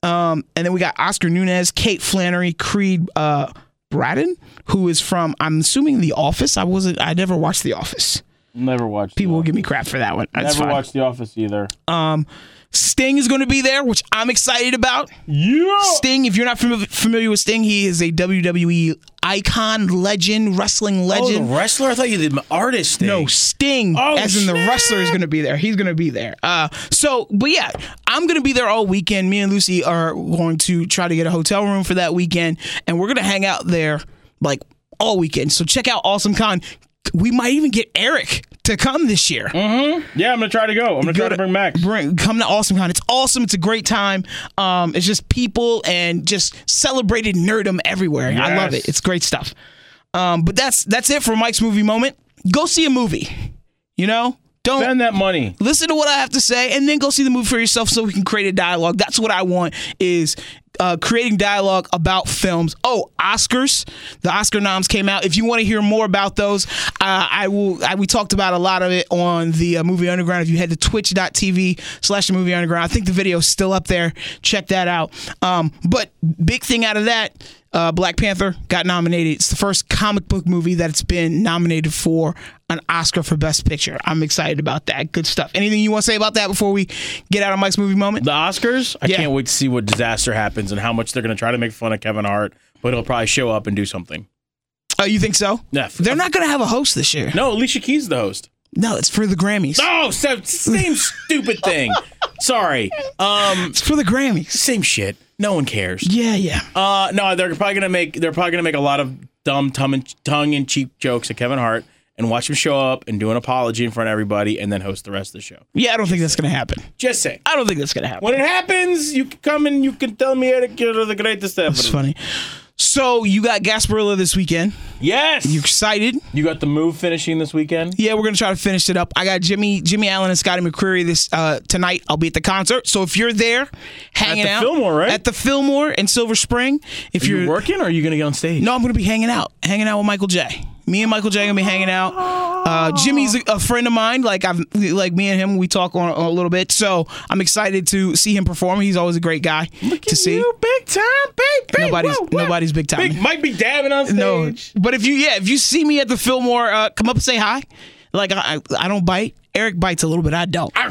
A: Um, and then we got Oscar Nunez, Kate Flannery, Creed uh, Bratton, who is from, I'm assuming, The Office. I wasn't, I never watched The Office.
B: Never watched.
A: People will give me crap for that one. That's fine.
B: The Office either.
A: Sting is going to be there, which I'm excited about.
B: yeah.
A: Sting, if you're not fami- familiar with Sting, he is a WWE icon, legend, wrestling legend.
B: wrestler. I thought you did an artist. Thing.
A: No, Sting,
B: Oh,
A: as in the
B: snap.
A: wrestler, is going to be there. He's going to be there. Uh, so, but yeah, I'm going to be there all weekend. Me and Lucy are going to try to get a hotel room for that weekend, and we're going to hang out there like all weekend. So check out Awesome Con. We might even get Eric to come this year.
B: Mm. Yeah, I'm gonna try to go. I'm gonna try to
A: Gotta
B: bring Max.
A: Bring come to Awesome Con. It's awesome. It's a great time. Um, it's just people and just celebrated nerdum everywhere. I love
B: Yes.
A: it. It's great stuff. Um, but that's that's it for Mike's movie moment. Go see a movie. You know, don't
B: Spend that money.
A: listen to what I have to say, and then go see the movie for yourself so we can create a dialogue. That's what I want is uh, creating dialogue about films. Oh, Oscars, the Oscar noms came out. If you want to hear more about those, uh, I will. I, we talked about a lot of it on the uh, Movie Underground. If you head to twitch.tv slash the Movie Underground, I think the video is still up there. Check that out. Um, but big thing out of that. Uh, Black Panther got nominated. It's the first comic book movie that's been nominated for an Oscar for Best Picture. I'm excited about that. Good stuff. Anything you want to say about that before we get out of Mike's movie moment?
B: The Oscars. I
A: Yeah.
B: can't wait to see what disaster happens and how much they're gonna try to make fun of Kevin Hart, but he'll probably show up and do something.
A: Oh, you think so?
B: Yeah.
A: They're not going to have a host this year.
B: No, Alicia Keys the host.
A: No, it's for the Grammys.
B: Oh, so, same stupid thing. Sorry. Um,
A: It's for the Grammys.
B: same shit. No one cares.
A: Yeah, yeah.
B: Uh, no, they're probably gonna make they're probably gonna make a lot of dumb tongue and cheek jokes at Kevin Hart and watch him show up and do an apology in front of everybody and then host the rest of the show.
A: Yeah, I don't think that's going to happen.
B: Just saying.
A: I don't think that's going to happen.
B: When it happens, you can come and you can tell me Eric, you're the greatest ever.
A: That's funny. So you got Gasparilla this weekend.
B: Yes.
A: You excited?
B: You got the move finishing this weekend?
A: Yeah, we're gonna try to finish it up. I got Jimmy Jimmy Allen and Scotty McCreery this uh, tonight. I'll be at the concert. So if you're there, hanging
B: the
A: out
B: Fillmore, right?
A: At the Fillmore in Silver Spring. If
B: Are you
A: you're
B: working or are you gonna get on stage?
A: No, I'm gonna be hanging out, hanging out with Michael J. Me and Michael J. gonna be hanging out. Uh, Jimmy's a, a friend of mine. Like I've like me and him, we talk on a little bit. So I'm excited to see him perform. He's always a great guy to see.
B: big time, baby.
A: Nobody's nobody's big time.
B: Big Mike be dabbing on stage.
A: No, but if you yeah, if you see me at the Fillmore, uh, come up and say hi. Like I, I- I don't bite. Eric bites a little bit. I don't.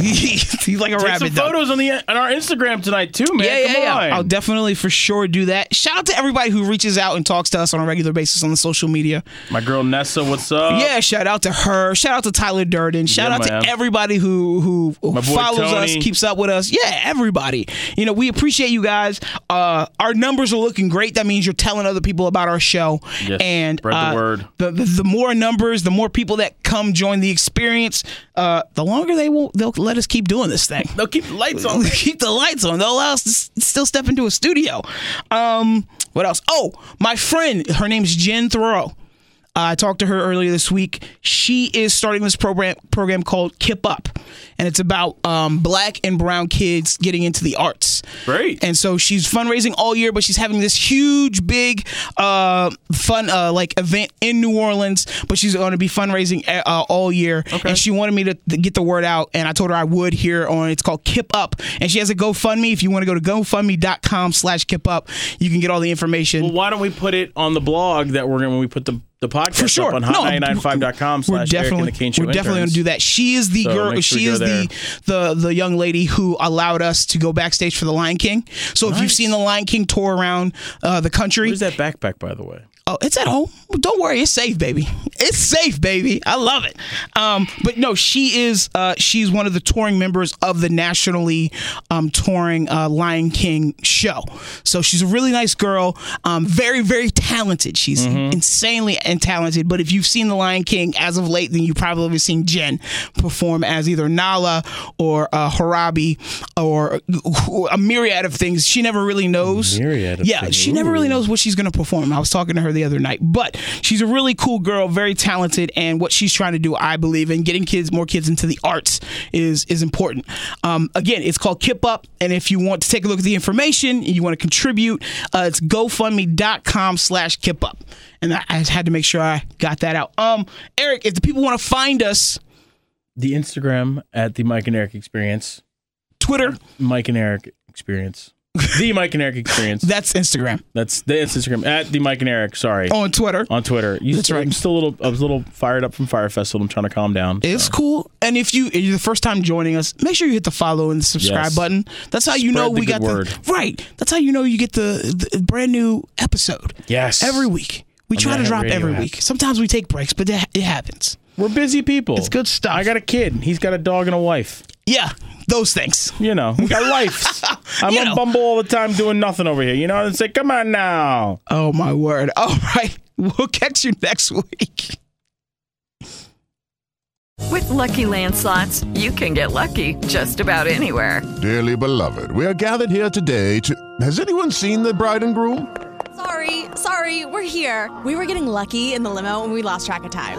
A: He's like a
B: Take
A: rabbit.
B: some
A: though.
B: photos on the on our Instagram tonight too, man.
A: Yeah,
B: Come
A: yeah, yeah.
B: on.
A: I'll definitely for sure do that. Shout out to everybody who reaches out and talks to us on a regular basis on the social media.
B: My girl Nessa, what's up?
A: yeah, shout out to her. Shout out to Tyler Durden. Shout
B: Yeah,
A: out
B: man.
A: to everybody who who who
B: My boy
A: follows us,
B: Tony.
A: keeps up with us. Yeah, everybody. You know, we appreciate you guys. Uh, our numbers are looking great. That means you're telling other people about our show.
B: Yes,
A: and
B: spread the
A: uh,
B: word.
A: The, the, the more numbers, the more people that come join the experience, uh, the longer they will they'll let us keep doing this thing.
B: They'll keep the lights on.
A: keep the lights on. They'll allow us to s- still step into a studio. Um, what else? Oh, my friend, her name's Jen Thoreau. Uh, I talked to her earlier this week. She is starting this program program called Kip Up, and it's about um, black and brown kids getting into the arts.
B: Great.
A: And so she's fundraising all year, but she's having this huge, big, uh, fun uh, like event in New Orleans. But she's going to be fundraising uh, all year, and she wanted me to, to get the word out. And I told her I would here on. It's called Kip Up, and she has a GoFundMe. If you want to go to GoFundMe.com/slash Kip Up, you can get all the information.
B: Well, why don't we put it on the blog that we're going to when we put the, the podcast
A: for sure
B: up on
A: No,
B: hot995.com
A: We're
B: slash Eric and
A: definitely
B: the Kane Show
A: we're definitely going
B: interns.
A: to do that. She is the
B: So
A: girl.
B: make sure
A: she
B: we go
A: is the the the young lady who allowed us to go backstage for the Lion King. So if you've seen the Lion King tour around uh, the country,
B: Where's that backpack, by the way?
A: Oh, it's at home. Don't worry, it's safe, baby. It's safe, baby. I love it. Um, but no, she is. Uh, she's one of the touring members of the nationally um, touring uh, Lion King show. So she's a really nice girl. Um, very, very talented. She's
B: Mm-hmm.
A: insanely and talented. But if you've seen the Lion King as of late, then you've probably have seen Jen perform as either Nala or uh, Harabi or a myriad of things. She never really knows.
B: myriad of
A: yeah,
B: things.
A: she never really knows what she's going to perform. I was talking to her the other night, but she's a really cool girl, very talented, and what she's trying to do, I believe, in getting kids, more kids into the arts is is important. Um, again, it's called Kip Up, and if you want to take a look at the information, and you want to contribute, uh, it's GoFundMe.com slash Kip Up, and I, I had to make sure I got that out. Um, Eric, if the people want to find us,
B: The Instagram at the Mike and Eric Experience.
A: Twitter,
B: Mike and Eric Experience. The Mike and Eric Experience.
A: that's Instagram.
B: That's that's Instagram at the Mike and Eric. Sorry.
A: On Twitter,
B: On Twitter. You
A: That's
B: still-
A: right.
B: I'm still a little. I was a little fired up from Fire Festival. I'm trying to calm down.
A: It's cool. And if you, if you're the first time joining us, make sure you hit the follow and subscribe
B: Yes.
A: button. That's how you know
B: Spread the
A: we got
B: good
A: the
B: word.
A: right. That's how you know you get the, the brand new episode.
B: Yes.
A: every week we
B: On
A: try to
B: that
A: drop
B: radio
A: every
B: app.
A: week. Sometimes we take breaks, but that, it happens.
B: We're busy people.
A: It's good stuff.
B: I got a kid. He's got a dog and a wife.
A: Yeah, those things.
B: You know, we got lives. I'm
A: You
B: on
A: know.
B: Bumble all the time doing nothing over here. You know what I'm saying? Come on now.
A: Oh my word! All right, we'll catch you next week.
C: With Lucky Land slots, you can get lucky just about anywhere.
E: Dearly beloved, we are gathered here today to. Has anyone seen the bride and groom?
F: Sorry, sorry, we're here. We were getting lucky in the limo and we lost track of time.